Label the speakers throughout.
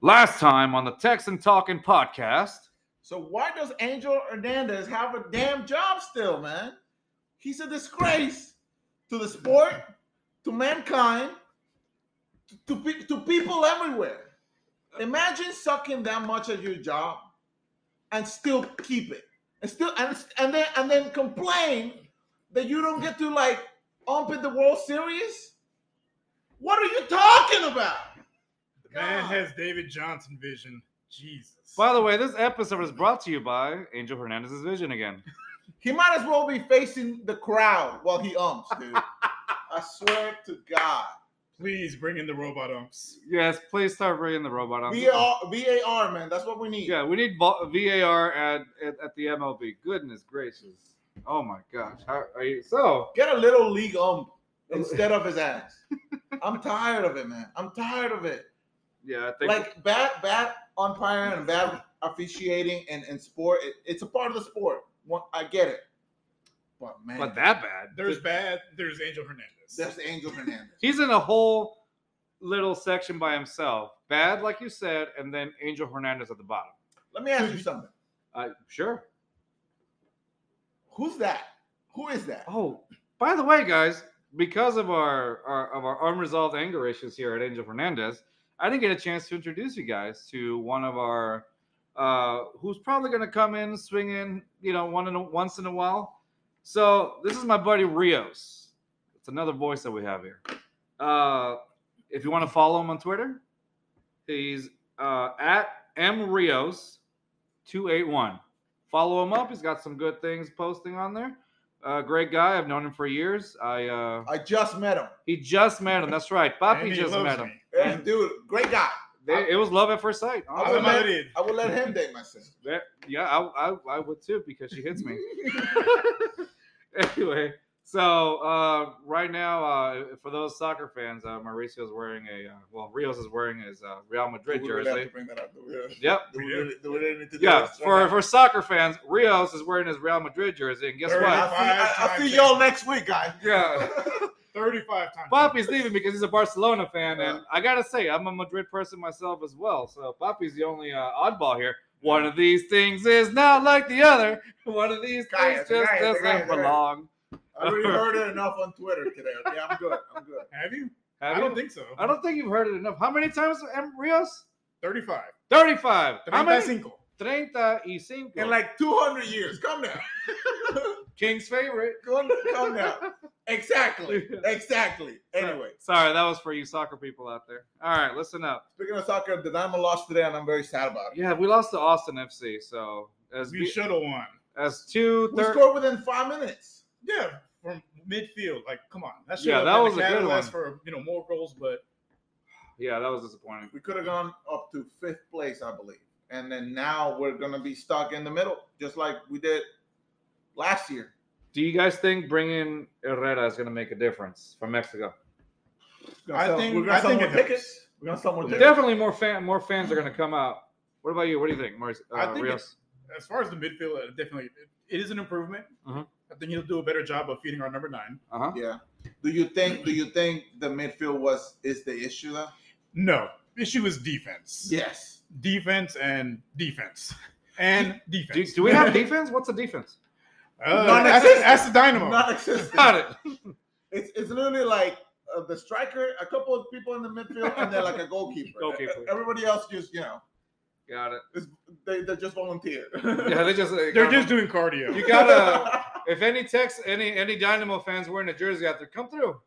Speaker 1: Last time on the Texan Talking podcast,
Speaker 2: So why does Angel Hernandez have a damn job still, man? He's a disgrace to the sport, to mankind, to to, pe- to people everywhere. Imagine sucking that much at your job and still keep it, and still and and then and then complain that you don't get to like ump in the World Series. What are you talking about?
Speaker 3: Man
Speaker 2: God.
Speaker 3: has David Johnson vision. Jesus.
Speaker 1: by the way, this episode is brought to you by Angel Hernandez's Vision again.
Speaker 2: He might as well be facing the crowd while he umps, dude. I swear to God.
Speaker 3: Please bring in the robot umps.
Speaker 1: Yes, please start bringing the robot on.
Speaker 2: VAR, VAR, man. That's what we
Speaker 1: Um,
Speaker 2: need.
Speaker 1: Yeah, we need vo- VAR at, at at the MLB. Goodness gracious! Oh my gosh! How are you? So
Speaker 2: Get a little league ump instead of his ass. I'm tired of it, man. I'm tired of it.
Speaker 1: yeah, I think
Speaker 2: like bad, bad umpiring and bad officiating and, and sport. It, it's a part of the sport. One, I get it. But man,
Speaker 1: but that bad.
Speaker 3: There's bad. There's Angel Hernandez.
Speaker 2: that's Angel Hernandez.
Speaker 1: He's in a whole little section by himself. Bad, like you said, and then Angel Hernandez at the bottom.
Speaker 2: Let me ask you something.
Speaker 1: Uh, sure.
Speaker 2: Who's that? Who is that?
Speaker 1: Oh, by the way, guys, because of our, our of our unresolved anger issues here at Angel Fernandez, I didn't get a chance to introduce you guys to one of our uh, who's probably going to come in swinging, you know, one in a, once in a while. So this is my buddy Rios. It's another voice that we have here. Uh, if you want to follow him on Twitter, he's uh, at mrios281. Follow him up. He's got some good things posting on there. Uh, great guy. I've known him for years. I uh,
Speaker 2: I just met him.
Speaker 1: he just met him. That's right.
Speaker 3: And
Speaker 1: Papi
Speaker 3: he
Speaker 1: just
Speaker 3: loves
Speaker 1: met him.
Speaker 3: me.
Speaker 2: And dude, great guy.
Speaker 1: They- it was love at first sight.
Speaker 2: I
Speaker 3: I'm
Speaker 1: honestly.
Speaker 2: would, let,
Speaker 3: Madrid.
Speaker 2: I would let him date my sister.
Speaker 1: That- yeah, I, I, I would too because she hits me. anyway, so uh, right now, uh, for those soccer fans, uh, Mauricio's wearing a uh, well, Rios is wearing his uh, Real Madrid
Speaker 2: Do we really have
Speaker 1: jersey.
Speaker 2: to bring that up? Do we really-
Speaker 1: Yep.
Speaker 2: do we really- do we really need to do
Speaker 1: Yeah,
Speaker 2: this?
Speaker 1: for,
Speaker 2: Okay.
Speaker 1: for soccer fans, Rios is wearing his Real Madrid jersey, and guess
Speaker 3: Very
Speaker 1: what?
Speaker 3: nice.
Speaker 2: I see, I, I
Speaker 3: Five
Speaker 2: see
Speaker 3: times.
Speaker 2: y'all next week, guys.
Speaker 1: Yeah.
Speaker 3: 35 times.
Speaker 1: Poppy's leaving because he's a Barcelona fan, and I gotta say, I'm a Madrid person myself as well. So Poppy's the only uh, oddball here. One of these things is not like the other. One of these
Speaker 2: Guys,
Speaker 1: things just
Speaker 2: guys,
Speaker 1: doesn't
Speaker 2: guys, guys.
Speaker 1: belong.
Speaker 2: I already heard it enough on Twitter today. Okay, I'm good. I'm good.
Speaker 3: Have you?
Speaker 1: Have
Speaker 3: I
Speaker 1: you?
Speaker 3: don't think so.
Speaker 1: I don't think you've heard it enough. How many times, em- Rios?
Speaker 3: 35.
Speaker 1: 35. How many?
Speaker 3: 35.
Speaker 1: 35.
Speaker 2: In like 200 years, come now,
Speaker 1: King's favorite.
Speaker 2: come, come now. Exactly, exactly. Anyway,
Speaker 1: Sorry, that was for you soccer people out there. All right, listen up.
Speaker 2: speaking of soccer, the Diamond lost today, and I'm very sad about it.
Speaker 1: Yeah, we lost to Austin FC, so as
Speaker 3: We
Speaker 1: be-
Speaker 3: should have won.
Speaker 1: as two
Speaker 2: We
Speaker 1: third.
Speaker 2: scored within five minutes.
Speaker 3: Yeah, from midfield. Like, come on. That should
Speaker 1: Yeah,
Speaker 3: have
Speaker 1: that
Speaker 3: been
Speaker 1: was a
Speaker 3: the
Speaker 1: good
Speaker 3: catalyst
Speaker 1: one.
Speaker 3: for you know more goals, but
Speaker 1: Yeah, that was disappointing.
Speaker 2: We could have gone up to fifth place, I believe, and then now we're gonna be stuck in the middle, just like we did last year.
Speaker 1: Do you guys think bringing Herrera is going to make a difference from Mexico?
Speaker 2: Gonna
Speaker 3: I
Speaker 2: sell-
Speaker 3: think-
Speaker 2: we're gonna
Speaker 3: I
Speaker 2: sell
Speaker 3: think
Speaker 2: more
Speaker 3: it helps.
Speaker 2: tickets. We're gonna sell more tickets.
Speaker 1: Definitely more fan, more fans are going to come out. What about you? What do you think, Maurice? Uh,
Speaker 3: I think
Speaker 1: Rios?
Speaker 3: as far as the midfield, uh, definitely it- it is an improvement.
Speaker 1: Mhm.
Speaker 3: I think he'll do a better job of feeding our number nine.
Speaker 1: Uh-huh.
Speaker 2: Yeah. Do you think? Do you think the midfield was is the issue though?
Speaker 3: No. Issue is defense.
Speaker 2: Yes.
Speaker 3: Defense and defense. And defense.
Speaker 1: Do, do we have defense? What's the defense?
Speaker 3: Uh, that's,
Speaker 2: Non-existent.
Speaker 3: that's the dynamo.
Speaker 2: Non-existent.
Speaker 1: Got it.
Speaker 2: It's it's literally like uh, the striker, a couple of people in the midfield, and then like a goalkeeper.
Speaker 1: Goalkeeper.
Speaker 2: Everybody else just you know,
Speaker 1: Got it.
Speaker 2: is, they they just volunteer.
Speaker 1: Yeah, they just they
Speaker 3: They're just doing cardio.
Speaker 1: You gotta- If any Tex, any any Dynamo fans wearing a jersey out there, come through,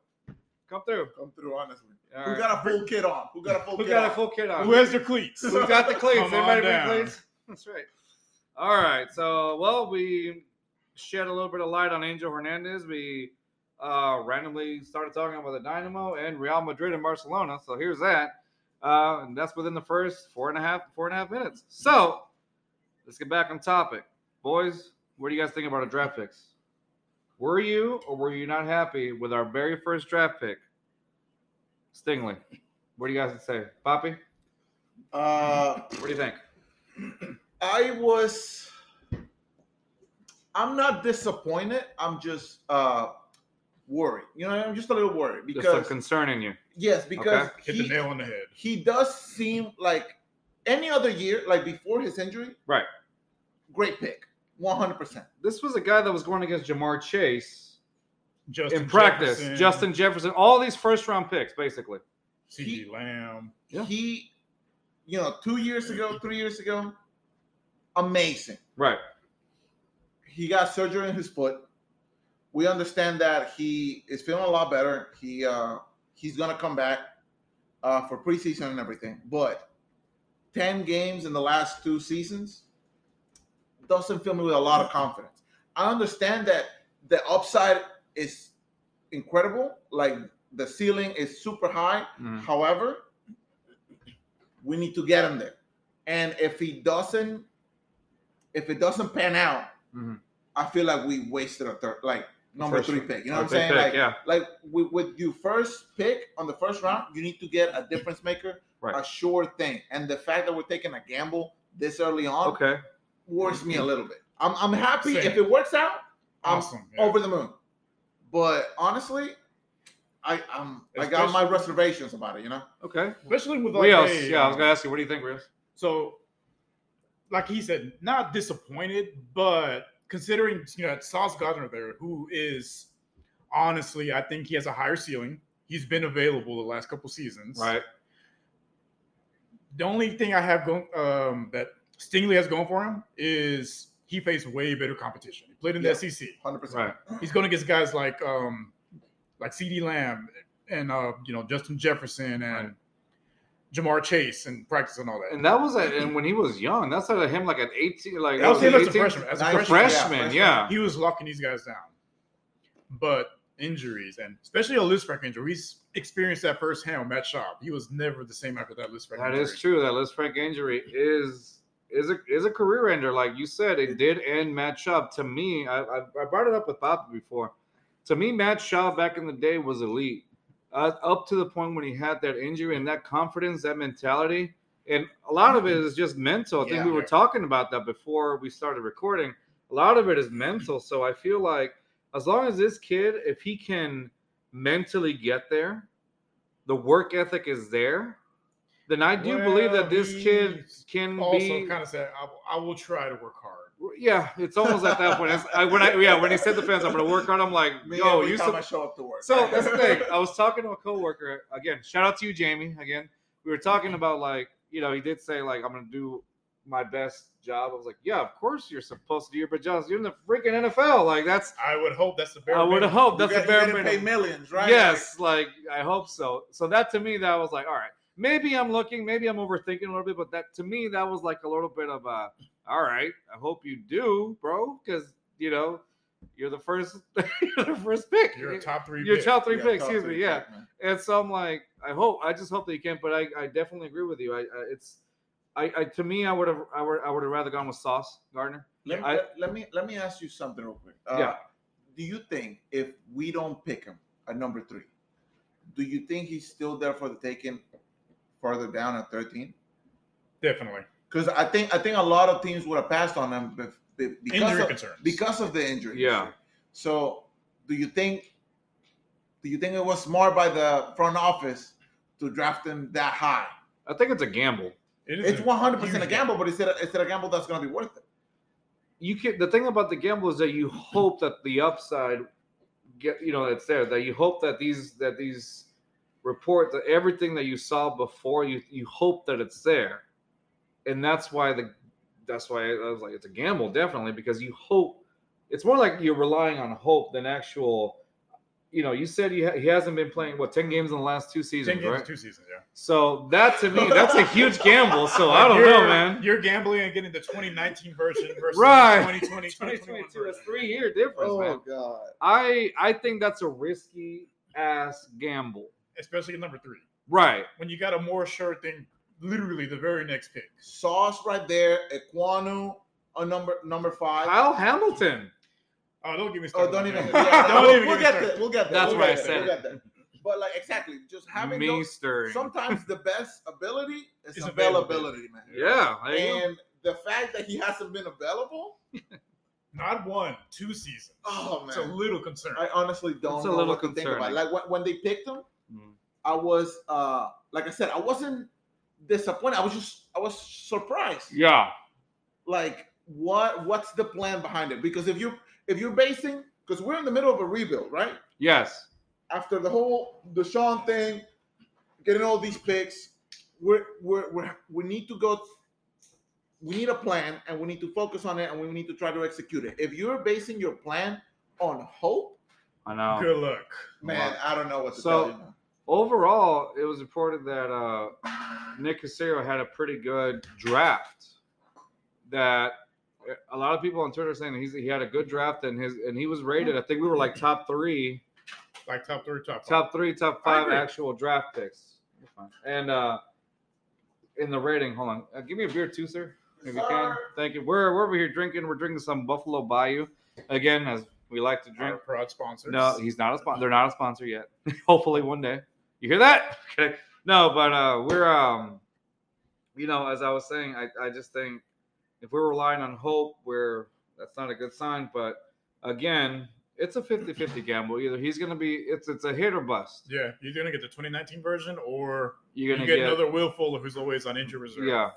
Speaker 1: come through.
Speaker 2: come through honestly.
Speaker 1: All
Speaker 2: Who
Speaker 1: right.
Speaker 2: got a full kit on? Who got a full
Speaker 1: Who
Speaker 2: kit
Speaker 1: got
Speaker 2: on?
Speaker 1: a full kit on?
Speaker 3: Who has their cleats?
Speaker 1: Who's got the cleats?
Speaker 3: Come on
Speaker 1: Everybody bring
Speaker 3: down.
Speaker 1: cleats? That's right. All right. So, well, we shed a little bit of light on Angel Hernandez. We uh, randomly started talking about the Dynamo and Real Madrid and Barcelona. So here's that. Uh, and that's within the first four and a half, four and a half minutes. So let's get back on topic. Boys, what do you guys think about our draft picks? Were you or were you not happy with our very first draft pick? Stingley. What do you guys say? Poppy,
Speaker 2: Uh,
Speaker 1: what do you think?
Speaker 2: I was. I'm not disappointed. I'm just uh worried. You know, I'm just a little worried
Speaker 1: There's some
Speaker 2: because
Speaker 1: concern in you.
Speaker 2: yes, because
Speaker 3: Hit
Speaker 2: he-
Speaker 3: the nail on the head.
Speaker 2: he does seem like Any other year, like before his injury,
Speaker 1: Right.
Speaker 2: Great pick, one hundred percent.
Speaker 1: This was a guy that was going against Jamar Chase
Speaker 3: Justin
Speaker 1: in practice.
Speaker 3: Jefferson,
Speaker 1: Justin Jefferson, all these first round picks, basically.
Speaker 3: C.D. Lamb.
Speaker 1: Yeah.
Speaker 2: He, you know, two years ago, three years ago, amazing.
Speaker 1: Right.
Speaker 2: he got surgery in his foot. We understand that he is feeling a lot better. He uh, he's gonna come back uh, for preseason and everything. But ten games in the last two seasons doesn't fill me with a lot of confidence. I understand that the upside is incredible, like the ceiling is super high.
Speaker 1: Mhm.
Speaker 2: However, we need to get him there. And if he doesn't, if it doesn't pan out,
Speaker 1: Mhm.
Speaker 2: I feel like we wasted a third, like number
Speaker 1: First
Speaker 2: three
Speaker 1: round.
Speaker 2: pick. You know what I'm
Speaker 1: Big
Speaker 2: saying?
Speaker 1: pick,
Speaker 2: like,
Speaker 1: yeah.
Speaker 2: like with, with you first pick on the first round, you need to get a difference maker,
Speaker 1: Right.
Speaker 2: a sure thing. And the fact that we're taking a gamble this early on
Speaker 1: Okay.
Speaker 2: worries me a little bit. I'm, I'm happy
Speaker 3: Same.
Speaker 2: if it works out. I'm
Speaker 3: Awesome. yeah.
Speaker 2: over the moon. But honestly, I um, I got my reservations about it. You know,
Speaker 1: Okay.
Speaker 3: Especially with like
Speaker 1: Rios.
Speaker 3: a,
Speaker 1: yeah, I was
Speaker 3: um,
Speaker 1: gonna ask you, what do you think, Rios?
Speaker 3: So, like he said, not disappointed, but considering you know Sauce Gardner there, who is honestly, I think he has a higher ceiling. He's been available the last couple seasons.
Speaker 1: Right.
Speaker 3: The only thing I have going um, that Stingley has going for him is he faced way better competition. He played in the
Speaker 2: Yeah.
Speaker 3: SEC.
Speaker 2: hundred percent.
Speaker 1: Right.
Speaker 3: He's going against guys like um, like C.D. Lamb and uh, you know Justin Jefferson and
Speaker 1: Right.
Speaker 3: Jamar Chase and practice and all that.
Speaker 1: And that was at, and when he was young, that's at him like at 18, like
Speaker 3: That was
Speaker 1: was he
Speaker 3: him as a
Speaker 1: 18?
Speaker 3: freshman. As a
Speaker 2: Nice.
Speaker 1: As a
Speaker 3: freshman,
Speaker 1: freshman,
Speaker 2: freshman.
Speaker 1: yeah.
Speaker 3: he was locking these guys down. But injuries and especially a list Frank injury, he's experienced that firsthand with Matt Schaub. He was never the same after that list Frank
Speaker 1: That
Speaker 3: injury.
Speaker 1: is true. That Liz Frank injury is is a is a career ender, like you said. It did end Matt Schaub. To me, I I, I brought it up with Papa before. To me, Matt Schaub back in the day was elite, uh, up to the point when he had that injury and that confidence, that mentality, and a lot of it is just mental. I think
Speaker 2: Yeah.
Speaker 1: we were talking about that before we started recording. A lot of it is mental. So I feel like as long as this kid, if he can mentally get there, the work ethic is there, then I do believe that this
Speaker 3: Well,
Speaker 1: kid
Speaker 3: he's
Speaker 1: can
Speaker 3: Also,
Speaker 1: be.
Speaker 3: kind of said, I, I will try to work hard.
Speaker 1: yeah, it's almost at that point. It's, I, when I yeah, when he said the fans, I'm gonna work on. I'm like,
Speaker 2: Me
Speaker 1: yo,
Speaker 2: every
Speaker 1: you.
Speaker 2: time
Speaker 1: sup-
Speaker 2: I show up to work.
Speaker 1: so that's the thing. I was talking to a coworker again. Shout out to you, Jamie. Again, we were
Speaker 2: Mm-hmm.
Speaker 1: talking about like you know he did say like I'm gonna do my best job. I was like, yeah, of course you're supposed to do your best job. You're in the freaking NFL. Like that's.
Speaker 3: I would hope that's the bare
Speaker 1: I would
Speaker 3: minimum.
Speaker 1: hope
Speaker 2: You
Speaker 1: that's
Speaker 2: got-
Speaker 1: a
Speaker 2: you
Speaker 1: bare
Speaker 2: gotta
Speaker 1: minimum.
Speaker 2: pay millions, right?
Speaker 1: Yes, like I hope so. So that to me, that was like, all right, maybe I'm looking, maybe I'm overthinking a little bit, but that to me, that was like a little bit of a, all right, I hope you do, bro, because you know, you're the first, you're the first pick.
Speaker 3: You're a top three.
Speaker 1: You're
Speaker 3: pick.
Speaker 1: top three
Speaker 2: Like, yeah,
Speaker 1: pick.
Speaker 2: top
Speaker 1: Excuse
Speaker 2: three
Speaker 1: me. Yeah.
Speaker 2: pick, man.
Speaker 1: And so I'm like, I hope, I just hope that you can. But I, I definitely agree with you. I, I it's, I, I, to me, I would have, I would, I would have rather gone with Sauce Gardner.
Speaker 2: Let, me-
Speaker 1: I-
Speaker 2: let- let me let me ask you something real quick. Uh,
Speaker 1: Yeah.
Speaker 2: Do you think if we don't pick him at number three, do you think he's still there for the taking farther down at thirteen?
Speaker 3: Definitely.
Speaker 2: Because I think I think a lot of teams would have passed on him bef- be- because
Speaker 3: Injury
Speaker 2: of,
Speaker 3: concerns.
Speaker 2: because of the injury.
Speaker 1: Yeah.
Speaker 2: issue. So, do you think do you think it was smart by the front office to draft him that high?
Speaker 1: I think it's a gamble.
Speaker 3: It is
Speaker 2: It's
Speaker 3: a
Speaker 2: one hundred percent a
Speaker 3: huge
Speaker 2: gamble, but it's a, it's a gamble that's going to be worth it.
Speaker 1: you can the thing about the gamble is that you hope that the upside get you know it's there that you hope that these that these report that everything that you saw before you you hope that it's there and that's why the that's why i was like it's a gamble definitely because you hope it's more like you're relying on hope than actual you know you said he, ha- he hasn't been playing what 10 games in the last two
Speaker 3: Ten
Speaker 1: seasons
Speaker 3: games,
Speaker 1: right
Speaker 3: two seasons. Yeah.
Speaker 1: so that to me that's a huge gamble so Oh, i don't know
Speaker 3: You're-
Speaker 1: man
Speaker 3: You're gambling and getting the 2019 version versus
Speaker 1: Right.
Speaker 3: the 2020,
Speaker 1: 2022
Speaker 3: 2021
Speaker 1: that's
Speaker 3: version.
Speaker 1: three year difference
Speaker 2: Oh,
Speaker 1: man
Speaker 2: God.
Speaker 1: I I think that's a risky ass gamble.
Speaker 3: Especially number three.
Speaker 1: Right.
Speaker 3: when you got a more sure thing, literally the very next pick.
Speaker 2: Sauce right there. Equanu on number number five.
Speaker 1: Kyle Hamilton.
Speaker 3: Oh, don't give me started.
Speaker 2: oh, don't
Speaker 3: on
Speaker 2: even.
Speaker 3: that.
Speaker 2: yeah,
Speaker 3: don't
Speaker 2: we'll,
Speaker 3: even
Speaker 2: we'll get
Speaker 3: get
Speaker 2: that.
Speaker 3: me started.
Speaker 2: We'll get that.
Speaker 1: That's
Speaker 2: we'll
Speaker 1: what
Speaker 2: get
Speaker 1: I
Speaker 2: that,
Speaker 1: said.
Speaker 2: We'll get that. But like exactly, just having
Speaker 1: Me
Speaker 2: those,
Speaker 1: stirring.
Speaker 2: sometimes the best ability is
Speaker 3: It's
Speaker 2: availability, man.
Speaker 1: Yeah. there you go.
Speaker 2: And the fact that he hasn't been available,
Speaker 3: Not one, two seasons.
Speaker 2: oh
Speaker 3: it's a
Speaker 2: man,
Speaker 3: little concern.
Speaker 2: I honestly don't
Speaker 1: It's a
Speaker 2: know
Speaker 1: little
Speaker 2: what to think about.
Speaker 1: concerning.
Speaker 2: Like when, when they picked him,
Speaker 1: Mm.
Speaker 2: I was uh like I said, I wasn't disappointed. I was just I was surprised.
Speaker 1: Yeah.
Speaker 2: Like what what's the plan behind it? Because if you if you're basing because we're in the middle of a rebuild, right?
Speaker 1: Yes.
Speaker 2: After the whole Deshaun thing, getting all these picks, we're we're, we're we need to go. We need a plan, and we need to focus on it, and we need to try to execute it. If you're basing your plan on hope,
Speaker 1: I know.
Speaker 3: Good luck.
Speaker 2: man, I don't know what to
Speaker 1: So-
Speaker 2: tell you. man.
Speaker 1: Overall, it was reported that uh, Nick Casario had a pretty good draft. That uh, a lot of people on Twitter are saying he's, he had a good draft and his and he was rated. I think we were like top three,
Speaker 3: Like top three, top five.
Speaker 1: top three, top
Speaker 3: I
Speaker 1: five
Speaker 3: agree.
Speaker 1: actual draft picks. And uh, in the rating, hold on, uh, give me a beer too, sir. If you can, thank you. We're we're over here drinking. We're drinking some Buffalo Bayou again, as we like to
Speaker 3: Our
Speaker 1: drink.
Speaker 3: proud sponsors.
Speaker 1: No, he's not a sponsor. They're not a sponsor yet. Hopefully, one day. You hear that? Okay. No, but uh, we're um, you know, as I was saying, I, I just think if we're relying on hope, we're that's not a good sign. But again, it's a 50-50 gamble. Either he's gonna be it's it's a hit or bust.
Speaker 3: Yeah, you're gonna get the 2019 version, or
Speaker 1: You're
Speaker 3: you
Speaker 1: gonna
Speaker 3: get,
Speaker 1: get,
Speaker 3: another Will Fuller who's always on injury reserve.
Speaker 1: yeah.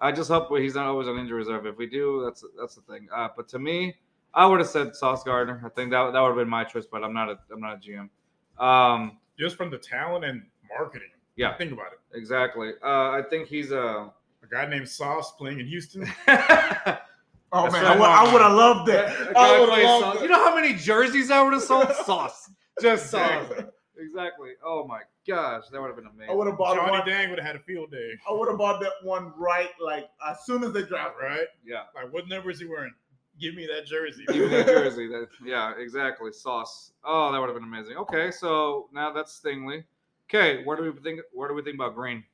Speaker 1: I just hope he's not always on injury reserve. If we do, that's that's the thing. Uh, but to me, I would have said Sauce Gardner. I think that that would have been my choice, but I'm not a I'm not a GM. Um,
Speaker 3: just from the talent and marketing.
Speaker 1: Yeah.
Speaker 3: think about it.
Speaker 1: Exactly. Uh, I think he's a.
Speaker 3: A guy named Sauce playing in Houston.
Speaker 2: Oh
Speaker 1: That's
Speaker 2: man,
Speaker 1: right.
Speaker 2: I, would, I would have loved
Speaker 1: A
Speaker 2: it.
Speaker 1: guy
Speaker 2: I would
Speaker 1: plays
Speaker 2: have
Speaker 1: sauce.
Speaker 2: loved
Speaker 1: You
Speaker 2: it.
Speaker 1: know how many jerseys I would have sold? sauce. Just sauce.
Speaker 2: Exactly.
Speaker 1: Exactly. Oh my gosh, that would have been
Speaker 2: I
Speaker 1: amazing.
Speaker 2: would have bought
Speaker 3: Johnny
Speaker 2: one.
Speaker 3: Dang would have had a field day,
Speaker 2: I would have bought that one right like as soon as they dropped. it.
Speaker 3: right?
Speaker 1: Yeah.
Speaker 3: Like, what number is he wearing? Give me that jersey.
Speaker 1: Even New Jersey. That, yeah, exactly. Sauce. Oh, that would have been amazing. Okay, so now that's Stingley. Okay, where do we think where do we think about Green?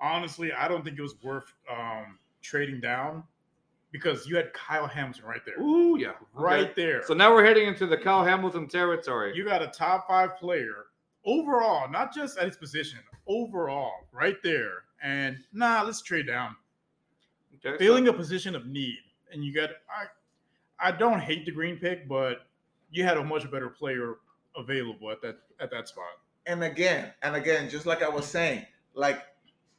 Speaker 3: Honestly, I don't think it was worth um, trading down because you had Kyle Hamilton right there,
Speaker 1: Ooh, yeah.
Speaker 3: right there.
Speaker 1: So now we're heading into the Kyle Hamilton territory.
Speaker 3: you got a top five player overall, not just at his position, overall, right there. And nah, let's trade down.
Speaker 1: Okay, so-
Speaker 3: feeling a position of need, and you got I I don't hate the green pick, but you had a much better player available at that at that spot.
Speaker 2: And again, and again, just like I was saying, like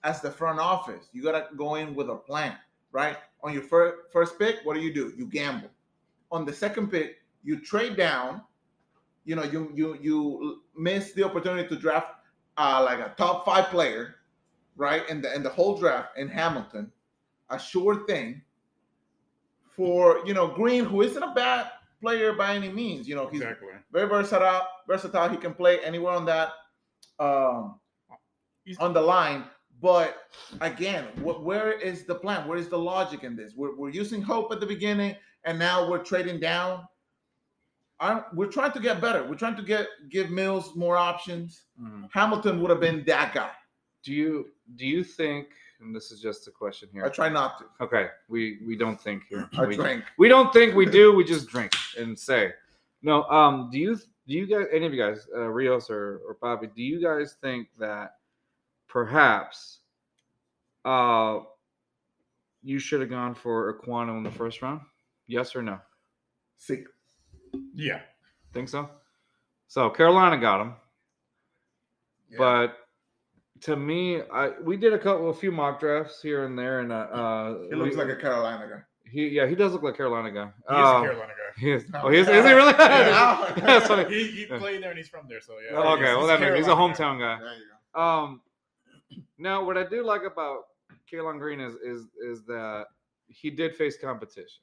Speaker 2: as the front office, you gotta go in with a plan, right? On your first first pick, what do you do? You gamble. On the second pick, you trade down. You know, you you you miss the opportunity to draft uh, like a top five player, right? And the in the whole draft in Hamilton, a sure thing. For you know Green, who isn't a bad player by any means. You know he's
Speaker 3: Exactly.
Speaker 2: very versatile. Versatile. He can play anywhere on that um,
Speaker 3: He's-
Speaker 2: on the line. But again, wh- where is the plan? Where is the logic in this? We're, we're using hope at the beginning, and now we're trading down. I'm, we're trying to get better. We're trying to get give Mills more options.
Speaker 1: Mhm.
Speaker 2: Hamilton would have been that guy.
Speaker 1: do you do you think and this is just a question
Speaker 2: I
Speaker 1: here.
Speaker 2: try not to.
Speaker 1: Okay, we we don't think here.
Speaker 2: I
Speaker 1: We-
Speaker 2: drink.
Speaker 1: We don't think we do. We just drink and say. No. Um. Do you do you guys any of you guys uh, Rios or or Bobby? Do you guys think that perhaps uh you should have gone for Aquano in the first round? Yes or no?
Speaker 2: Sick.
Speaker 3: Yeah.
Speaker 1: Think so? So Carolina got him,
Speaker 2: Yeah.
Speaker 1: but to me, I we did a couple a few mock drafts here and there, and uh, uh
Speaker 2: he looks
Speaker 1: we-
Speaker 2: like a Carolina guy.
Speaker 1: he yeah he does look like Carolina guy.
Speaker 3: He is
Speaker 1: Uh,
Speaker 3: a Carolina guy.
Speaker 1: He is.
Speaker 2: No.
Speaker 1: Oh, he is, is he really?
Speaker 2: Yeah.
Speaker 1: That's funny.
Speaker 3: He, he played there and he's from there, so yeah.
Speaker 1: Oh, okay,
Speaker 3: He's-
Speaker 1: well
Speaker 3: he's
Speaker 1: that makes, he's a
Speaker 3: Carolina guy.
Speaker 1: hometown guy.
Speaker 2: There you go.
Speaker 1: Um, now what I do like about Kalon Green is is is that he did face competition.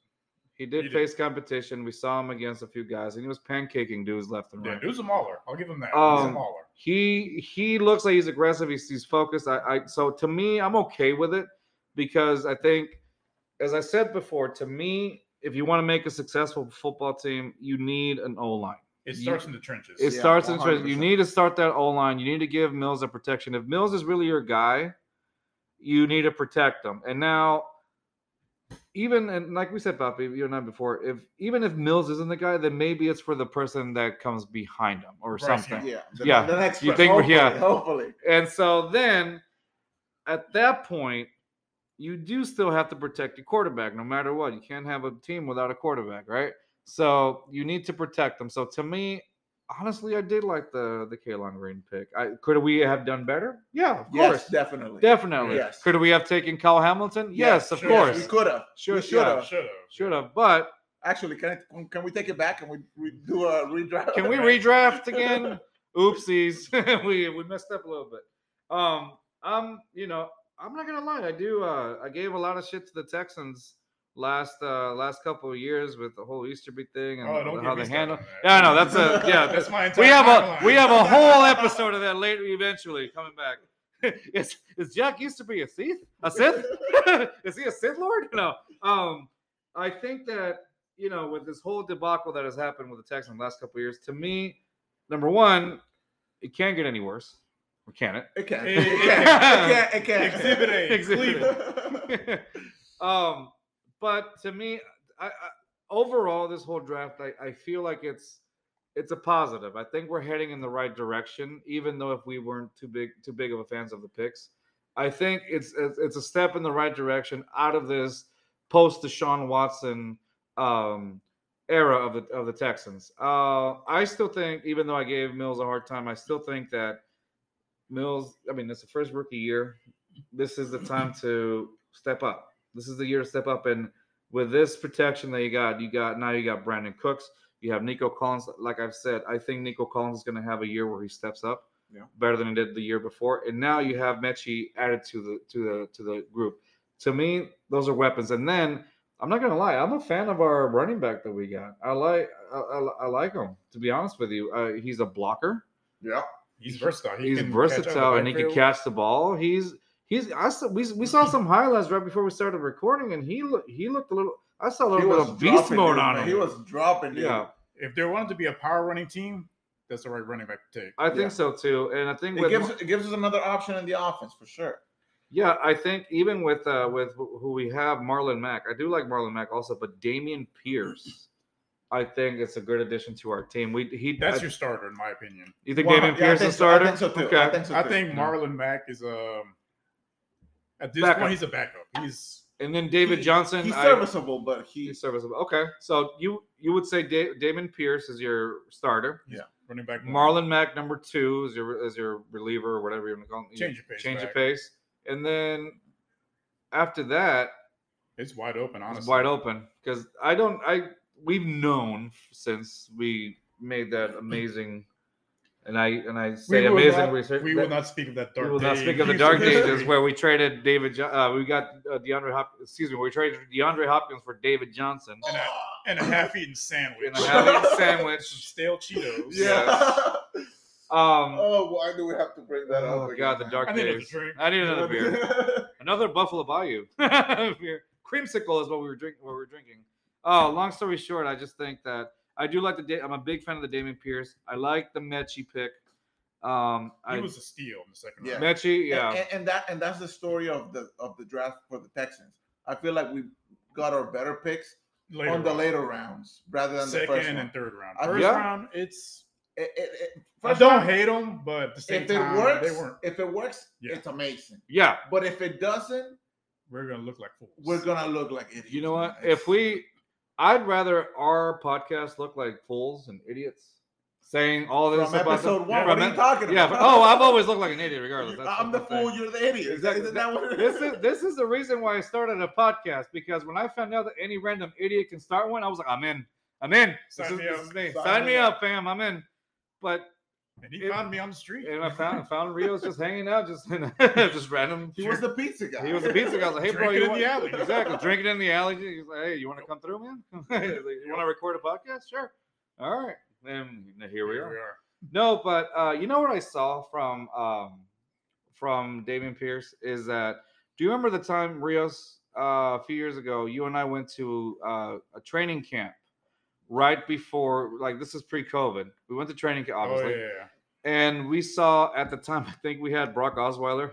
Speaker 1: He did
Speaker 3: He did.
Speaker 1: face competition. We saw him against a few guys, and he was pancaking dudes left and
Speaker 3: Yeah,
Speaker 1: right.
Speaker 3: dude's a mauler. I'll give him that. he's a
Speaker 1: Um,
Speaker 3: mauler.
Speaker 1: He he looks like he's aggressive. He's, he's focused. I, I so to me, I'm okay with it because I think, as I said before, to me, if you want to make a successful football team, you need an O line.
Speaker 3: It
Speaker 1: you-
Speaker 3: starts in the trenches.
Speaker 1: It
Speaker 2: Yeah,
Speaker 1: starts in trans- You
Speaker 2: 100%.
Speaker 1: need to start that O line. You need to give Mills that protection. If Mills is really your guy, you need to protect him. And now, even and like we said, Papi, you and I before, if even if Mills isn't the guy, then maybe it's for the person that comes behind him or
Speaker 3: Bryce
Speaker 1: something.
Speaker 2: Yeah. The,
Speaker 1: Yeah.
Speaker 2: The next
Speaker 1: You
Speaker 2: one.
Speaker 1: think we're-
Speaker 2: hopefully,
Speaker 1: yeah.
Speaker 2: Hopefully.
Speaker 1: And so then, at that point, you do still have to protect your quarterback, no matter what. You can't have a team without a quarterback, right? So you need to protect them. So to me, honestly, I did like the the Kalon Green pick. I could we have done better? Yeah, of
Speaker 2: Yes,
Speaker 1: course,
Speaker 2: definitely.
Speaker 1: definitely.
Speaker 2: Yes.
Speaker 1: Could we have taken Cal Hamilton? Yes, of
Speaker 3: sure.
Speaker 1: course.
Speaker 2: We could have.
Speaker 1: Sure,
Speaker 2: we
Speaker 1: should
Speaker 2: should
Speaker 1: have.
Speaker 2: have.
Speaker 3: Should have.
Speaker 1: Should have, but
Speaker 2: Actually, can I, can we take it back and we, we do a redraft?
Speaker 1: Can we redraft again? Oopsies, we we messed up a little bit. Um, um, you know, I'm not gonna lie, I do. Uh, I gave a lot of shit to the Texans last uh last couple of years with the whole Easterby thing and
Speaker 3: Oh, don't
Speaker 1: how
Speaker 3: get me
Speaker 1: they
Speaker 3: started
Speaker 1: handle.
Speaker 3: on that.
Speaker 1: Yeah, I know that's a yeah.
Speaker 3: That's my entire
Speaker 1: we have
Speaker 3: timeline.
Speaker 1: a we have a whole episode of that later. Eventually, coming back. is is Jack Easterby a Sith? A Sith? is he a Sith Lord? No. Um, I think that you know, with this whole debacle that has happened with the Texans the last couple of years, to me, number one, it can't get any worse. Or can it?
Speaker 2: It can.
Speaker 3: It-
Speaker 2: It can. It can. It can.
Speaker 3: Exhibit A.
Speaker 1: Exhibit
Speaker 3: Cleveland.
Speaker 1: um, but to me, I, I, overall, this whole draft, I, I feel like it's it's a positive. I think we're heading in the right direction, even though if we weren't too big too big of a fans of the picks, I think it's it's, it's a step in the right direction out of this post Deshaun Watson um, era of the of the Texans. Uh, I still think, even though I gave Mills a hard time, I still think that Mills. I mean, it's the first rookie year. This is the time to step up. This is the year to step up. And with this protection that you got, you got now you got Brandon Cooks. You have Nico Collins. Like I've said, I think Nico Collins is going to have a year where he steps up
Speaker 2: Yeah.
Speaker 1: better than he did the year before. And now you have Mechie added to the to the to the group. To me, those are weapons. And then I'm not going to lie, I'm a fan of our running back that we got. I like I, I, I like him. To be honest with you, uh, he's a blocker.
Speaker 2: Yeah.
Speaker 3: He's versatile. He
Speaker 1: He's
Speaker 3: can catch
Speaker 1: versatile
Speaker 3: out
Speaker 1: and he can
Speaker 3: backfield.
Speaker 1: catch the ball. He's he's I saw, we, we saw some highlights right before we started recording, and he looked he looked a little. I saw a little bit of beast
Speaker 2: dropping,
Speaker 1: mode
Speaker 2: dude,
Speaker 1: on
Speaker 2: man.
Speaker 1: him.
Speaker 2: He was dropping. Dude.
Speaker 1: Yeah.
Speaker 3: If there wanted to be a power running team, that's the right running back to take.
Speaker 1: I think
Speaker 2: yeah.
Speaker 1: so too, and I think
Speaker 2: It
Speaker 1: with
Speaker 2: gives it gives us another option in the offense for sure.
Speaker 1: yeah, I think even with uh with who who we have Marlon Mack, I do like Marlon Mack also, but Damian Pierce, I think it's a good addition to our team. We he
Speaker 3: That's
Speaker 1: I-
Speaker 3: your starter, in my opinion.
Speaker 1: you think
Speaker 2: Well,
Speaker 1: Damian
Speaker 2: yeah, I
Speaker 1: Pierce
Speaker 2: think
Speaker 1: is
Speaker 2: so- I
Speaker 1: starter?
Speaker 2: think so, too. I think so
Speaker 3: I
Speaker 2: too.
Speaker 3: think Marlon Mack is um at this
Speaker 1: Backup.
Speaker 3: point he's a backup. He's
Speaker 1: and then David
Speaker 2: He-
Speaker 1: Johnson.
Speaker 2: He's
Speaker 1: I-
Speaker 2: serviceable, but he
Speaker 1: he's serviceable. Okay, so you you would say da- Damon Pierce is your starter.
Speaker 3: running back. one.
Speaker 1: Marlon Mack number two is your is your reliever or whatever you want to call him.
Speaker 3: Change of pace
Speaker 1: Change of
Speaker 3: back.
Speaker 1: pace, and then after that,
Speaker 3: It's wide open, honestly.
Speaker 1: it's wide open because I don't I we've known since we made that amazing, and I and I say
Speaker 3: will
Speaker 1: amazing
Speaker 3: not-
Speaker 1: research.
Speaker 3: We
Speaker 1: that-
Speaker 3: will not speak of that dark.
Speaker 1: we will not
Speaker 3: day
Speaker 1: speak of the
Speaker 3: in
Speaker 1: dark
Speaker 3: Houston
Speaker 1: ages
Speaker 3: history.
Speaker 1: where we traded David. Jo- Uh, we got uh, DeAndre Hopkins. Excuse me, we traded DeAndre Hopkins for David Johnson
Speaker 3: and a, and a half-eaten sandwich,
Speaker 1: in a half sandwich.
Speaker 3: stale Cheetos.
Speaker 2: yeah.
Speaker 1: Um,
Speaker 2: oh, why do we have to bring that up?
Speaker 1: oh
Speaker 2: again,
Speaker 1: god, the
Speaker 2: man?
Speaker 1: dark
Speaker 3: I need another
Speaker 1: days.
Speaker 3: drink.
Speaker 1: I need another beer. another Buffalo Bayou beer. Creamsicle is what we were drinking. What we were drinking. Oh, long story short, I just think that I do like the. Da- I'm a big fan of the Damon Pierce. I like the Mechie pick. Um,
Speaker 3: He
Speaker 1: I,
Speaker 3: was a steal in the second
Speaker 2: Yeah.
Speaker 3: round.
Speaker 1: Mechie,
Speaker 2: yeah,
Speaker 1: yeah,
Speaker 2: and, and that and that's the story of the of the draft for the Texans. I feel like we got our better picks
Speaker 3: Later
Speaker 2: on the
Speaker 3: round.
Speaker 2: later rounds rather than the
Speaker 3: second
Speaker 2: first one.
Speaker 3: and third round.
Speaker 2: I-
Speaker 3: First
Speaker 1: Yeah.
Speaker 3: round, it's
Speaker 2: It- it- it-
Speaker 3: I
Speaker 2: first
Speaker 3: don't
Speaker 2: round,
Speaker 3: hate them, but at the same
Speaker 2: if it
Speaker 3: time,
Speaker 2: works,
Speaker 3: they weren't.
Speaker 2: if it works,
Speaker 3: Yeah.
Speaker 2: it's amazing.
Speaker 1: yeah.
Speaker 2: But if it doesn't,
Speaker 3: We're gonna look like fools.
Speaker 2: we're gonna look like idiots.
Speaker 1: You know what?
Speaker 2: man.
Speaker 1: If we, I'd rather our podcast look like fools and idiots saying all this
Speaker 2: from
Speaker 1: about
Speaker 2: episode
Speaker 1: them-
Speaker 2: one,
Speaker 1: from
Speaker 2: what are you
Speaker 1: it-
Speaker 2: talking about?
Speaker 1: yeah. But, oh, I've always looked like an idiot, regardless. That's
Speaker 2: I'm the
Speaker 1: what I'm
Speaker 2: fool.
Speaker 1: saying.
Speaker 2: You're the idiot.
Speaker 1: Exactly.
Speaker 2: Isn't that what it
Speaker 1: this is this is the reason why I started a podcast because when I found out that any random idiot can start one, I was like, I'm in. I'm in. This
Speaker 3: Sign
Speaker 1: is,
Speaker 3: me
Speaker 1: this
Speaker 3: up.
Speaker 1: is me. Sign,
Speaker 2: Sign
Speaker 1: me
Speaker 2: me
Speaker 1: up, fam. I'm in. But
Speaker 3: and he
Speaker 1: it-
Speaker 3: found me on the street.
Speaker 1: and I found found Rio's just hanging out, just just random.
Speaker 2: He was the pizza guy.
Speaker 1: he was a pizza guy. I was like, hey, bro,
Speaker 3: Drinking
Speaker 1: you
Speaker 3: in
Speaker 1: want,
Speaker 3: the alley.
Speaker 1: Exactly, drinking in the alley. He's like, hey, you want to come through, man? He's like, you want to record a podcast? Sure. All right. And here we
Speaker 3: Here
Speaker 1: are. No, but uh, you know what I saw from um, from Damien Pierce is that do you remember the time Rios uh, a few years ago? You and I went to uh, a training camp right before, like this is pre-COVID. We went to training camp,
Speaker 3: Oh yeah,
Speaker 1: obviously,
Speaker 3: yeah, yeah.
Speaker 1: and we saw at the time. I think we had Brock Osweiler.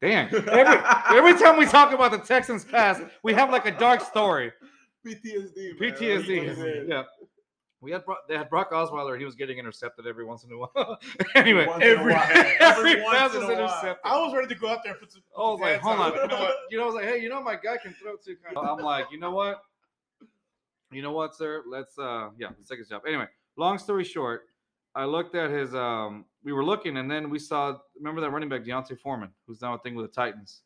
Speaker 1: Dang, every every time we talk about the Texans past, we have like a dark story.
Speaker 2: PTSD. man. That's what it
Speaker 1: PTSD.
Speaker 2: is.
Speaker 1: Yeah. We had Bro- they had Brock Osweiler. He was getting intercepted every once in a while. anyway,
Speaker 2: Once in a
Speaker 3: every
Speaker 2: while.
Speaker 1: every
Speaker 2: once
Speaker 1: pass
Speaker 2: in
Speaker 1: is
Speaker 2: a while.
Speaker 1: intercepted.
Speaker 3: I was ready to go out there and put some.
Speaker 1: I was
Speaker 3: some
Speaker 1: like,
Speaker 3: ads
Speaker 1: hold on.
Speaker 3: out.
Speaker 1: You know what? You know, I was like, hey, you know, my guy can throw two. Kind I'm like, you know what? You know what, sir? Let's uh, yeah, let's take his job. Anyway, long story short, I looked at his. Um, we were looking, and then we saw. Remember that running back Deontay Foreman, who's now a thing with the Titans,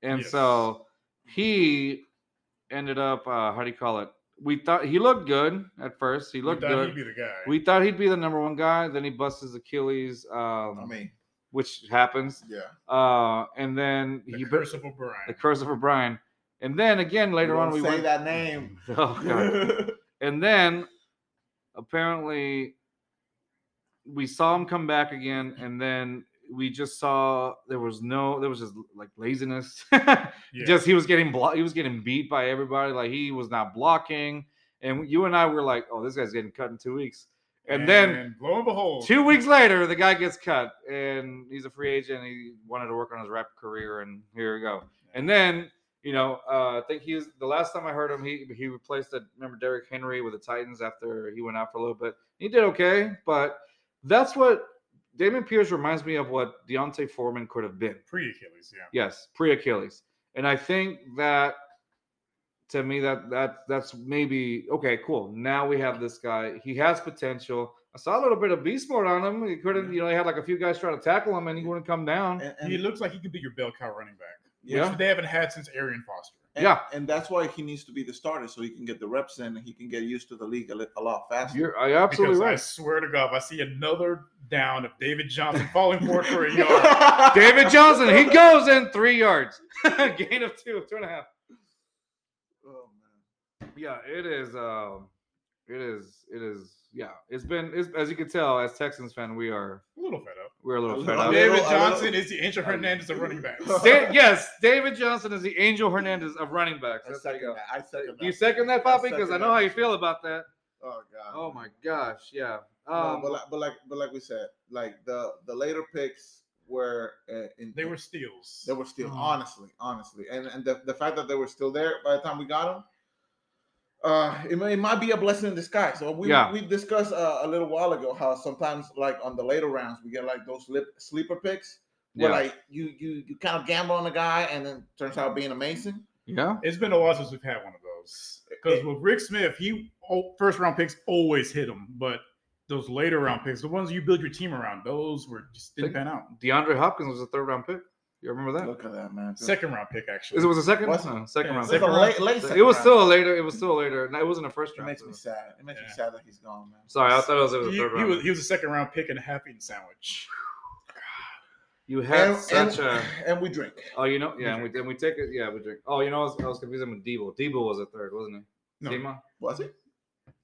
Speaker 1: and
Speaker 3: Yes.
Speaker 1: so he ended up. Uh, how do you call it? We thought he looked good at first. He looked
Speaker 3: That
Speaker 1: good.
Speaker 3: He'd be the guy.
Speaker 1: we thought he'd be the number one guy. Then he busts his Achilles, um,
Speaker 2: I mean,
Speaker 1: which happens.
Speaker 2: yeah.
Speaker 1: Uh, and then
Speaker 3: the
Speaker 1: he
Speaker 3: curse of O'Brien.
Speaker 1: the curse of O'Brien. And then again later
Speaker 2: You
Speaker 1: on
Speaker 2: don't
Speaker 1: we
Speaker 2: say
Speaker 1: went
Speaker 2: that name.
Speaker 1: Oh, God. and then apparently we saw him come back again, and then we just saw there was no there was just like laziness.
Speaker 3: Yeah.
Speaker 1: Just he was getting blo- he was getting beat by everybody. Like he was not blocking, and you and I were like, "Oh, this guy's getting cut in two weeks." and then
Speaker 3: lo and behold,
Speaker 1: Two weeks later, the guy gets cut, and he's a free agent. He wanted to work on his rap career, and here we go. And then, you know, uh, I think he's the last time I heard him, he he replaced that remember Derrick Henry with the Titans after he went out for a little bit. He did okay, but that's what Damon Pierce reminds me of what Deontay Foreman could have been.
Speaker 3: pre Achilles. Yeah.
Speaker 1: Yes, pre Achilles, and I think that to me that that that's maybe okay. Cool. Now we have this guy. He has potential. I saw a little bit of beast mode on him. He couldn't, you know, he had like a few guys trying to tackle him, and he wouldn't come down.
Speaker 2: And, and-
Speaker 3: he looks like he could be your bell cow running back, which
Speaker 1: Yeah.
Speaker 3: they haven't had since Arian Foster.
Speaker 2: and-
Speaker 1: yeah.
Speaker 2: And that's why he needs to be the starter so he can get the reps in and he can get used to the league a, li- a lot faster.
Speaker 1: You're, I absolutely
Speaker 3: because I
Speaker 1: right.
Speaker 3: swear to God, if I see another down of David Johnson falling forward
Speaker 2: Oh,
Speaker 3: for a yard,
Speaker 1: David Johnson, he goes in three yards, gain of two, two and a half.
Speaker 2: Oh, man.
Speaker 1: Yeah, it is. Um, it is. It is. Yeah, it's been. It's, as you can tell, as Texans fan, we are
Speaker 3: a little fed up.
Speaker 1: we're a
Speaker 2: A
Speaker 1: little
Speaker 2: little-
Speaker 1: fed up.
Speaker 2: a
Speaker 3: David
Speaker 2: little-
Speaker 3: Johnson is the Angel Hernandez of running backs.
Speaker 1: Da- yes, David Johnson is the Angel Hernandez of running backs.
Speaker 2: I
Speaker 1: That's how you
Speaker 2: second
Speaker 1: go.
Speaker 2: that. I second
Speaker 1: You second that, Poppy? Because I
Speaker 2: second
Speaker 1: know how
Speaker 2: that.
Speaker 1: you feel about that.
Speaker 2: Oh god.
Speaker 1: Oh my gosh, yeah.
Speaker 2: No,
Speaker 1: Um,
Speaker 2: but like, but like, but like we said, like the the later picks were uh, in,
Speaker 3: They were steals.
Speaker 2: they were still
Speaker 1: Mm.
Speaker 2: honestly, honestly, and and the, the fact that they were still there by the time we got them, uh, it, may, it might be a blessing in disguise. So we
Speaker 1: Yeah.
Speaker 2: we discussed uh, a little while ago how sometimes like on the later rounds we get like those slip, sleeper picks where
Speaker 1: yeah.
Speaker 2: like you you you kind of gamble on a guy and then turns out being amazing.
Speaker 1: yeah,
Speaker 3: It's been a while since we've had one of those. Because with Rick Smith, he oh, first round picks always hit him, but those later round picks, the ones you build your team around, those were just didn't pan out.
Speaker 1: DeAndre Hopkins was a third round pick. You remember that?
Speaker 2: Look at that man.
Speaker 3: Second round pick, actually.
Speaker 1: Is it was a second?
Speaker 2: Was it?
Speaker 1: No, second
Speaker 3: Yeah,
Speaker 1: round.
Speaker 2: It's a
Speaker 3: second round.
Speaker 2: late, late
Speaker 1: it
Speaker 2: second
Speaker 1: was
Speaker 2: round.
Speaker 1: still a later. It was still a later. No, it wasn't a first
Speaker 2: It
Speaker 1: round.
Speaker 2: makes me
Speaker 1: so-
Speaker 2: sad. It makes me
Speaker 3: Yeah.
Speaker 2: sad that he's gone, man.
Speaker 1: Sorry, I thought it was a
Speaker 3: he,
Speaker 1: third
Speaker 3: he
Speaker 1: round.
Speaker 3: was, he was a second round pick and a half eaten sandwich.
Speaker 1: you had
Speaker 2: and,
Speaker 1: such
Speaker 2: and-
Speaker 1: a.
Speaker 2: and we drink.
Speaker 1: Oh, you know, yeah, and we and we take it. Yeah, we drink. Oh, you know, I was, I was confusing with Debo. Debo was a third, wasn't he?
Speaker 3: No.
Speaker 1: Debo?
Speaker 2: Was it?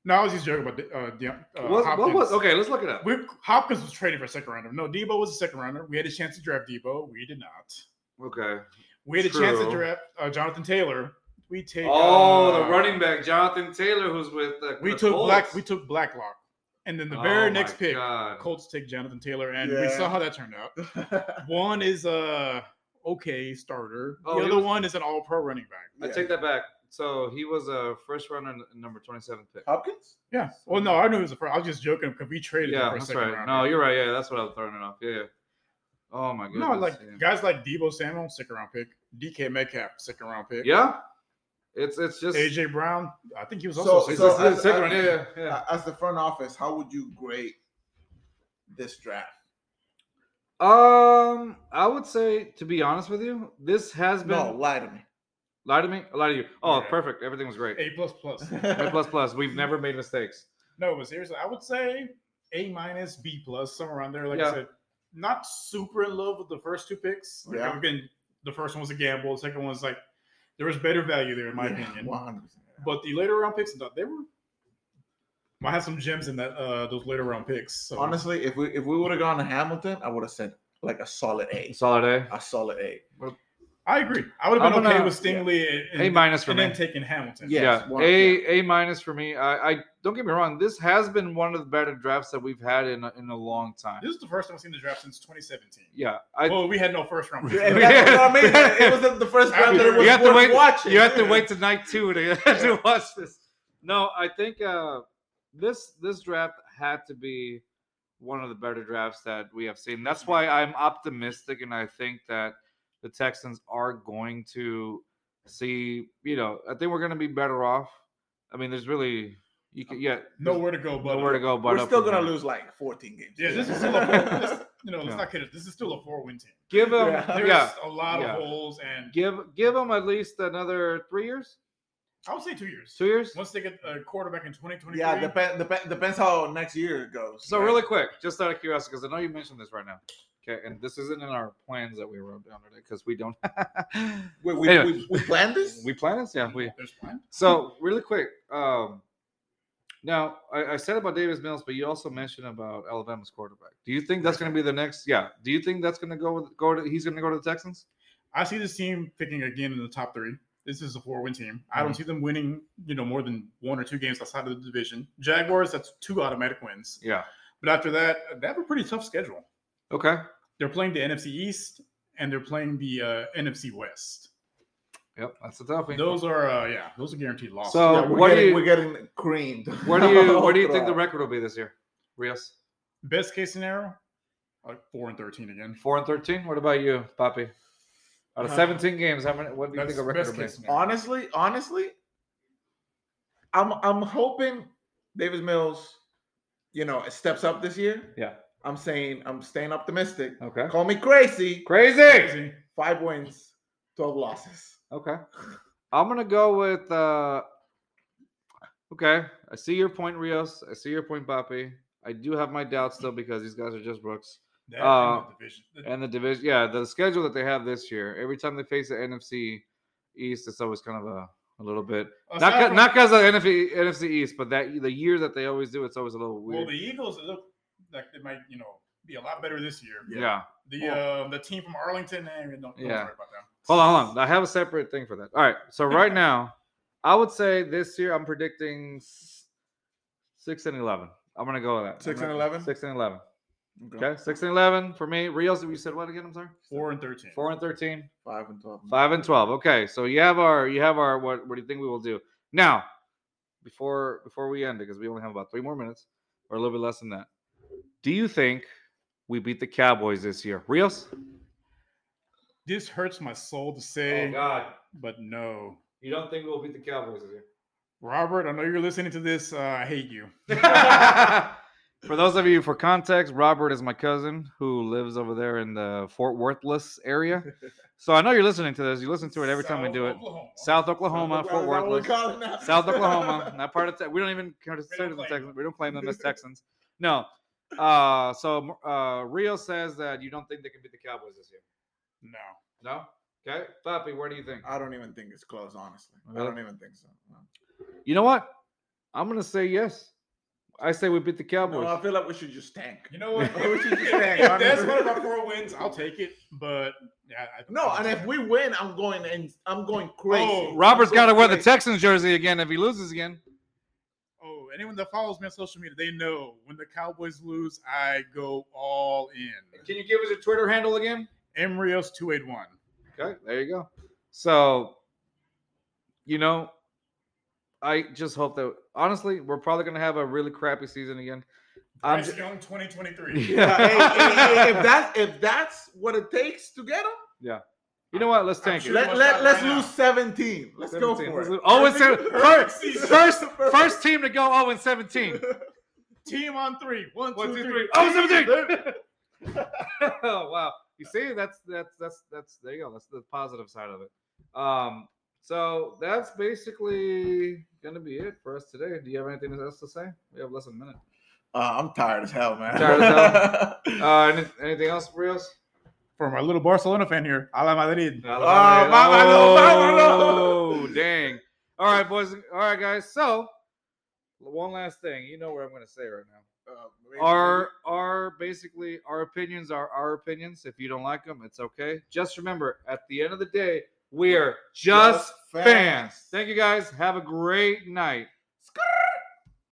Speaker 3: No, I was just joking about the, uh, the, uh,
Speaker 1: What,
Speaker 3: Hopkins.
Speaker 1: what was? Okay, let's look it up.
Speaker 3: We, Hopkins was traded for a second rounder. No, Debo was a second rounder. We had a chance to draft Debo. We did not.
Speaker 1: Okay.
Speaker 3: We had a chance to
Speaker 1: True.
Speaker 3: draft uh, Jonathan Taylor. We take
Speaker 1: Oh, the
Speaker 3: uh,
Speaker 1: running back Jonathan Taylor, who's with the
Speaker 3: We
Speaker 1: the
Speaker 3: took
Speaker 1: Colts.
Speaker 3: Black. We took Blacklock, and then the very
Speaker 1: Oh
Speaker 3: next
Speaker 1: my
Speaker 3: pick,
Speaker 1: God.
Speaker 3: Colts take Jonathan Taylor, and we
Speaker 2: Yeah.
Speaker 3: saw how that turned out. One is a okay starter.
Speaker 1: Oh,
Speaker 3: the
Speaker 1: he
Speaker 3: other
Speaker 1: was-
Speaker 3: one is an All Pro running back.
Speaker 1: I take that back. So he was a first rounder, and number twenty-seven pick.
Speaker 2: Hopkins?
Speaker 3: Yeah. Well, no, I knew it was a. pro- I was just joking because we traded him
Speaker 1: Yeah,
Speaker 3: for a
Speaker 1: that's
Speaker 3: second
Speaker 1: right.
Speaker 3: round.
Speaker 1: No, you're right. Yeah, that's what I was throwing it off. Yeah. yeah. Oh my goodness.
Speaker 3: No, like
Speaker 1: yeah.
Speaker 3: guys like Debo Samuel, second round pick. DK Metcalf, second round pick.
Speaker 1: yeah. It's it's just
Speaker 3: AJ Brown, I think he was
Speaker 2: So-
Speaker 3: also. a
Speaker 1: It's
Speaker 2: so
Speaker 3: second
Speaker 1: just
Speaker 3: round
Speaker 1: the
Speaker 2: as-
Speaker 1: second
Speaker 2: as-
Speaker 1: round. Yeah, yeah. yeah.
Speaker 2: Uh, As the front office, how would you grade this draft?
Speaker 1: Um, I would say to be honest with you, this has been
Speaker 2: No, lie to me.
Speaker 1: lie to me, lie to you. Oh,
Speaker 3: Yeah.
Speaker 1: perfect. Everything was great.
Speaker 3: A plus plus.
Speaker 1: A plus plus. We've never made mistakes.
Speaker 3: No, but seriously, I would say A minus, B plus, somewhere around there. Like
Speaker 1: Yeah.
Speaker 3: I said, not super in love with the first two picks. Like,
Speaker 2: Yeah.
Speaker 3: Again, the first one was a gamble. The second one was like there was better value there in my
Speaker 2: Yeah,
Speaker 3: opinion.
Speaker 2: 100%.
Speaker 3: But the later round picks, no, they were. I have some gems in that uh those later round picks. So.
Speaker 2: Honestly, if we if we would have gone to Hamilton, I would have said like a solid A.
Speaker 1: Solid eh? A.
Speaker 2: A solid A.
Speaker 3: I agree. I would have been
Speaker 1: I'm
Speaker 3: okay
Speaker 1: gonna-
Speaker 3: with Stingley and,
Speaker 1: A
Speaker 3: and,
Speaker 1: minus for
Speaker 3: and
Speaker 1: me.
Speaker 3: then taking Hamilton.
Speaker 2: Yeah. Yes,
Speaker 1: yeah,
Speaker 2: one-
Speaker 1: a a minus for me. I, I don't get me wrong. This has been one of the better drafts that we've had in a, in a long time.
Speaker 3: This is the first time I've seen the draft since 2017.
Speaker 1: Yeah, I
Speaker 3: well, we had no first round. picks.
Speaker 2: And that's what I mean. It was the, the first round that it was
Speaker 1: you have to
Speaker 2: worth
Speaker 1: wait.
Speaker 2: watching.
Speaker 1: You have to wait tonight too to, to watch this. No, I think uh, this this draft had to be one of the better drafts that we have seen. That's why I'm optimistic, and I think that the Texans are going to see. You know, I think we're going to be better off. I mean, there's really You can, yeah,
Speaker 3: Nowhere to go, but
Speaker 1: nowhere to go. But
Speaker 2: We're
Speaker 1: up
Speaker 2: still
Speaker 1: from
Speaker 2: gonna
Speaker 1: here.
Speaker 2: lose like 14 games.
Speaker 3: Yeah, this is still a four, this, you know, let's
Speaker 1: Yeah.
Speaker 3: not kid it. This is still a four win team.
Speaker 1: Give them,
Speaker 2: Yeah.
Speaker 1: yeah.
Speaker 3: There's a lot
Speaker 1: Yeah.
Speaker 3: of holes, and
Speaker 1: give give them at least another three years,
Speaker 3: I would say two years.
Speaker 1: two years.
Speaker 3: Once they get a quarterback in 2023,
Speaker 2: yeah. Depend, depend, depends how next year goes.
Speaker 1: So
Speaker 2: right?
Speaker 1: really quick, just out of curiosity, because I know you mentioned this right now. Okay, and this isn't in our plans that we wrote down today because we don't.
Speaker 2: we, we,
Speaker 1: Anyway.
Speaker 2: we, we planned this.
Speaker 1: we plan this, yeah. We
Speaker 3: there's one.
Speaker 1: so really quick. Um, now I, I said about Davis Mills, but you also mentioned about Alabama's quarterback. Do you think that's going to be the next? Yeah. Do you think that's going to go with go to? He's going to go to the Texans.
Speaker 3: I see this team picking again in the top three. This is a four-win team. I
Speaker 1: Mm-hmm.
Speaker 3: don't see them winning, you know, more than one or two games outside of the division. Jaguars, that's two automatic wins.
Speaker 1: Yeah.
Speaker 3: But after that, they have a pretty tough schedule.
Speaker 1: Okay.
Speaker 3: They're playing the NFC East and they're playing the uh, NFC West.
Speaker 1: Yep. That's the tough one.
Speaker 3: Those are, uh, yeah, those are guaranteed losses.
Speaker 1: So-
Speaker 2: Yeah, we're,
Speaker 1: uh, what do
Speaker 2: getting,
Speaker 1: you-
Speaker 2: we're getting creamed.
Speaker 1: Where do you where do you think the
Speaker 2: Throughout.
Speaker 1: record will be this year? Rios
Speaker 3: best case scenario, uh, four and thirteen again.
Speaker 1: four and thirteen. What about you, Poppy? Out of
Speaker 2: Uh,
Speaker 1: seventeen games, how many? What do you
Speaker 3: That's
Speaker 1: think a record
Speaker 3: best
Speaker 1: will be?
Speaker 3: case scenario.
Speaker 2: honestly, honestly, I'm I'm hoping Davis Mills, you know, steps up this year.
Speaker 1: Yeah.
Speaker 2: I'm saying I'm staying optimistic.
Speaker 1: Okay.
Speaker 2: Call me crazy.
Speaker 1: Crazy.
Speaker 3: Crazy.
Speaker 2: Five wins, twelve losses.
Speaker 1: Okay. I'm gonna go with uh okay. I see your point, Rios. I see your point, Poppy. I do have my doubts still because these guys are just Brooks.
Speaker 3: That
Speaker 1: Uh,
Speaker 3: in the division.
Speaker 1: And the division yeah, the schedule that they have this year, every time they face the NFC East, it's always kind of a, a little bit not
Speaker 3: Aside
Speaker 1: ca-
Speaker 3: from-
Speaker 1: not because of NFC NFC East, but that the year that they always do, it's always a little
Speaker 3: well,
Speaker 1: weird.
Speaker 3: the Eagles look like they might, you know, be a lot better this year.
Speaker 1: yeah.
Speaker 3: The uh, the team from Arlington, eh, don't, don't
Speaker 1: Yeah.
Speaker 3: worry about them.
Speaker 1: Hold on, hold on. I have a separate thing for that. All right. So right now, I would say this year I'm predicting s- six and eleven. I'm gonna go with that.
Speaker 2: Six
Speaker 1: I'm
Speaker 2: and
Speaker 1: gonna-
Speaker 2: 11?
Speaker 1: Six and eleven. Okay. Six and eleven for me. Rios, you said what again? I'm sorry.
Speaker 3: Four and thirteen.
Speaker 1: Four and 13,
Speaker 2: Five and twelve.
Speaker 1: 5 and twelve. Okay. So you have our you have our what what do you think we will do now? Before before we end because we only have about three more minutes or a little bit less than that. Do you think we beat the Cowboys this year, Rios?
Speaker 3: This hurts my soul to say,
Speaker 1: Oh, God,
Speaker 3: but no.
Speaker 1: you don't think we'll beat the Cowboys this year?
Speaker 3: Robert, I know you're listening to this. Uh, I hate you.
Speaker 1: for those of you for context, Robert is my cousin who lives over there in the Fort Worthless area. So I know you're listening to this. You listen to it every time we
Speaker 3: South
Speaker 1: do it.
Speaker 3: Oklahoma.
Speaker 1: South Oklahoma, Fort Worthless, South Oklahoma, not part of Texas. We don't even
Speaker 3: don't
Speaker 1: consider them
Speaker 3: claim
Speaker 1: Texans.
Speaker 3: them.
Speaker 1: We don't claim them as Texans. No. Uh, so uh, Rio says that you don't think they can beat the Cowboys this year.
Speaker 3: No.
Speaker 1: No. Okay, Papi, where do you think?
Speaker 2: I don't even think it's close, honestly. I
Speaker 1: Really?
Speaker 2: don't even think so. No.
Speaker 1: You know what? I'm gonna say yes. I say we beat the
Speaker 2: No, I
Speaker 1: Cowboys.
Speaker 2: feel like we should just tank.
Speaker 3: You know what?
Speaker 2: I wish you could
Speaker 3: If-
Speaker 2: hang
Speaker 3: if
Speaker 2: on.
Speaker 3: that's one of our four wins, I'll take it. But yeah, I,
Speaker 2: No, and if we win, I'm going and I'm going crazy.
Speaker 3: Oh,
Speaker 1: Robert's
Speaker 2: I'm
Speaker 1: got to
Speaker 2: going
Speaker 1: wear the
Speaker 2: crazy.
Speaker 1: Texans jersey again if he loses again.
Speaker 3: oh, anyone that follows me on social media, they know when the Cowboys lose, I go all in.
Speaker 1: Can you give us your Twitter handle again?
Speaker 3: Emrios two eight one.
Speaker 1: Okay, there you go. So, you know, I just hope that honestly, we're probably gonna have a really crappy season again. I'm
Speaker 3: Bryce
Speaker 1: ju-
Speaker 3: Young twenty twenty three.
Speaker 2: Yeah, hey, hey, hey, if that if that's what it takes to get him,
Speaker 1: you know what? Let's tank
Speaker 3: sure
Speaker 1: it.
Speaker 2: let,
Speaker 3: must
Speaker 2: let
Speaker 3: not
Speaker 2: let's
Speaker 3: right now.
Speaker 2: lose 17. Let's go
Speaker 1: 17.
Speaker 2: for
Speaker 1: Let's
Speaker 2: it.
Speaker 1: do- oh, it's seven-
Speaker 2: Perfect-
Speaker 1: first-
Speaker 2: perfect season.
Speaker 1: First, first team to go 0 and 17.
Speaker 3: Team on three. One,
Speaker 1: One,
Speaker 3: two,
Speaker 1: two,
Speaker 3: three.
Speaker 1: three. 0 17. oh wow! You see, that's that's that's that's there you go. That's the positive side of it. Um, so that's basically gonna be it for us today. Do you have anything else to say? We have less than a minute.
Speaker 2: Uh, I'm tired as hell, man.
Speaker 1: Tired as Uh, any, anything else, Rios?
Speaker 3: For my little Barcelona fan here, a la Madrid.
Speaker 1: Oh,
Speaker 2: vámonos, vámonos.
Speaker 1: dang. All right, boys. All right, guys. So, one last thing. You know what I'm going to say right now.
Speaker 2: Uh,
Speaker 1: Our, our, basically, our opinions are our opinions. If you don't like them, it's okay. Just remember, at the end of the day, we are just fans. Thank you, guys. Have a great night.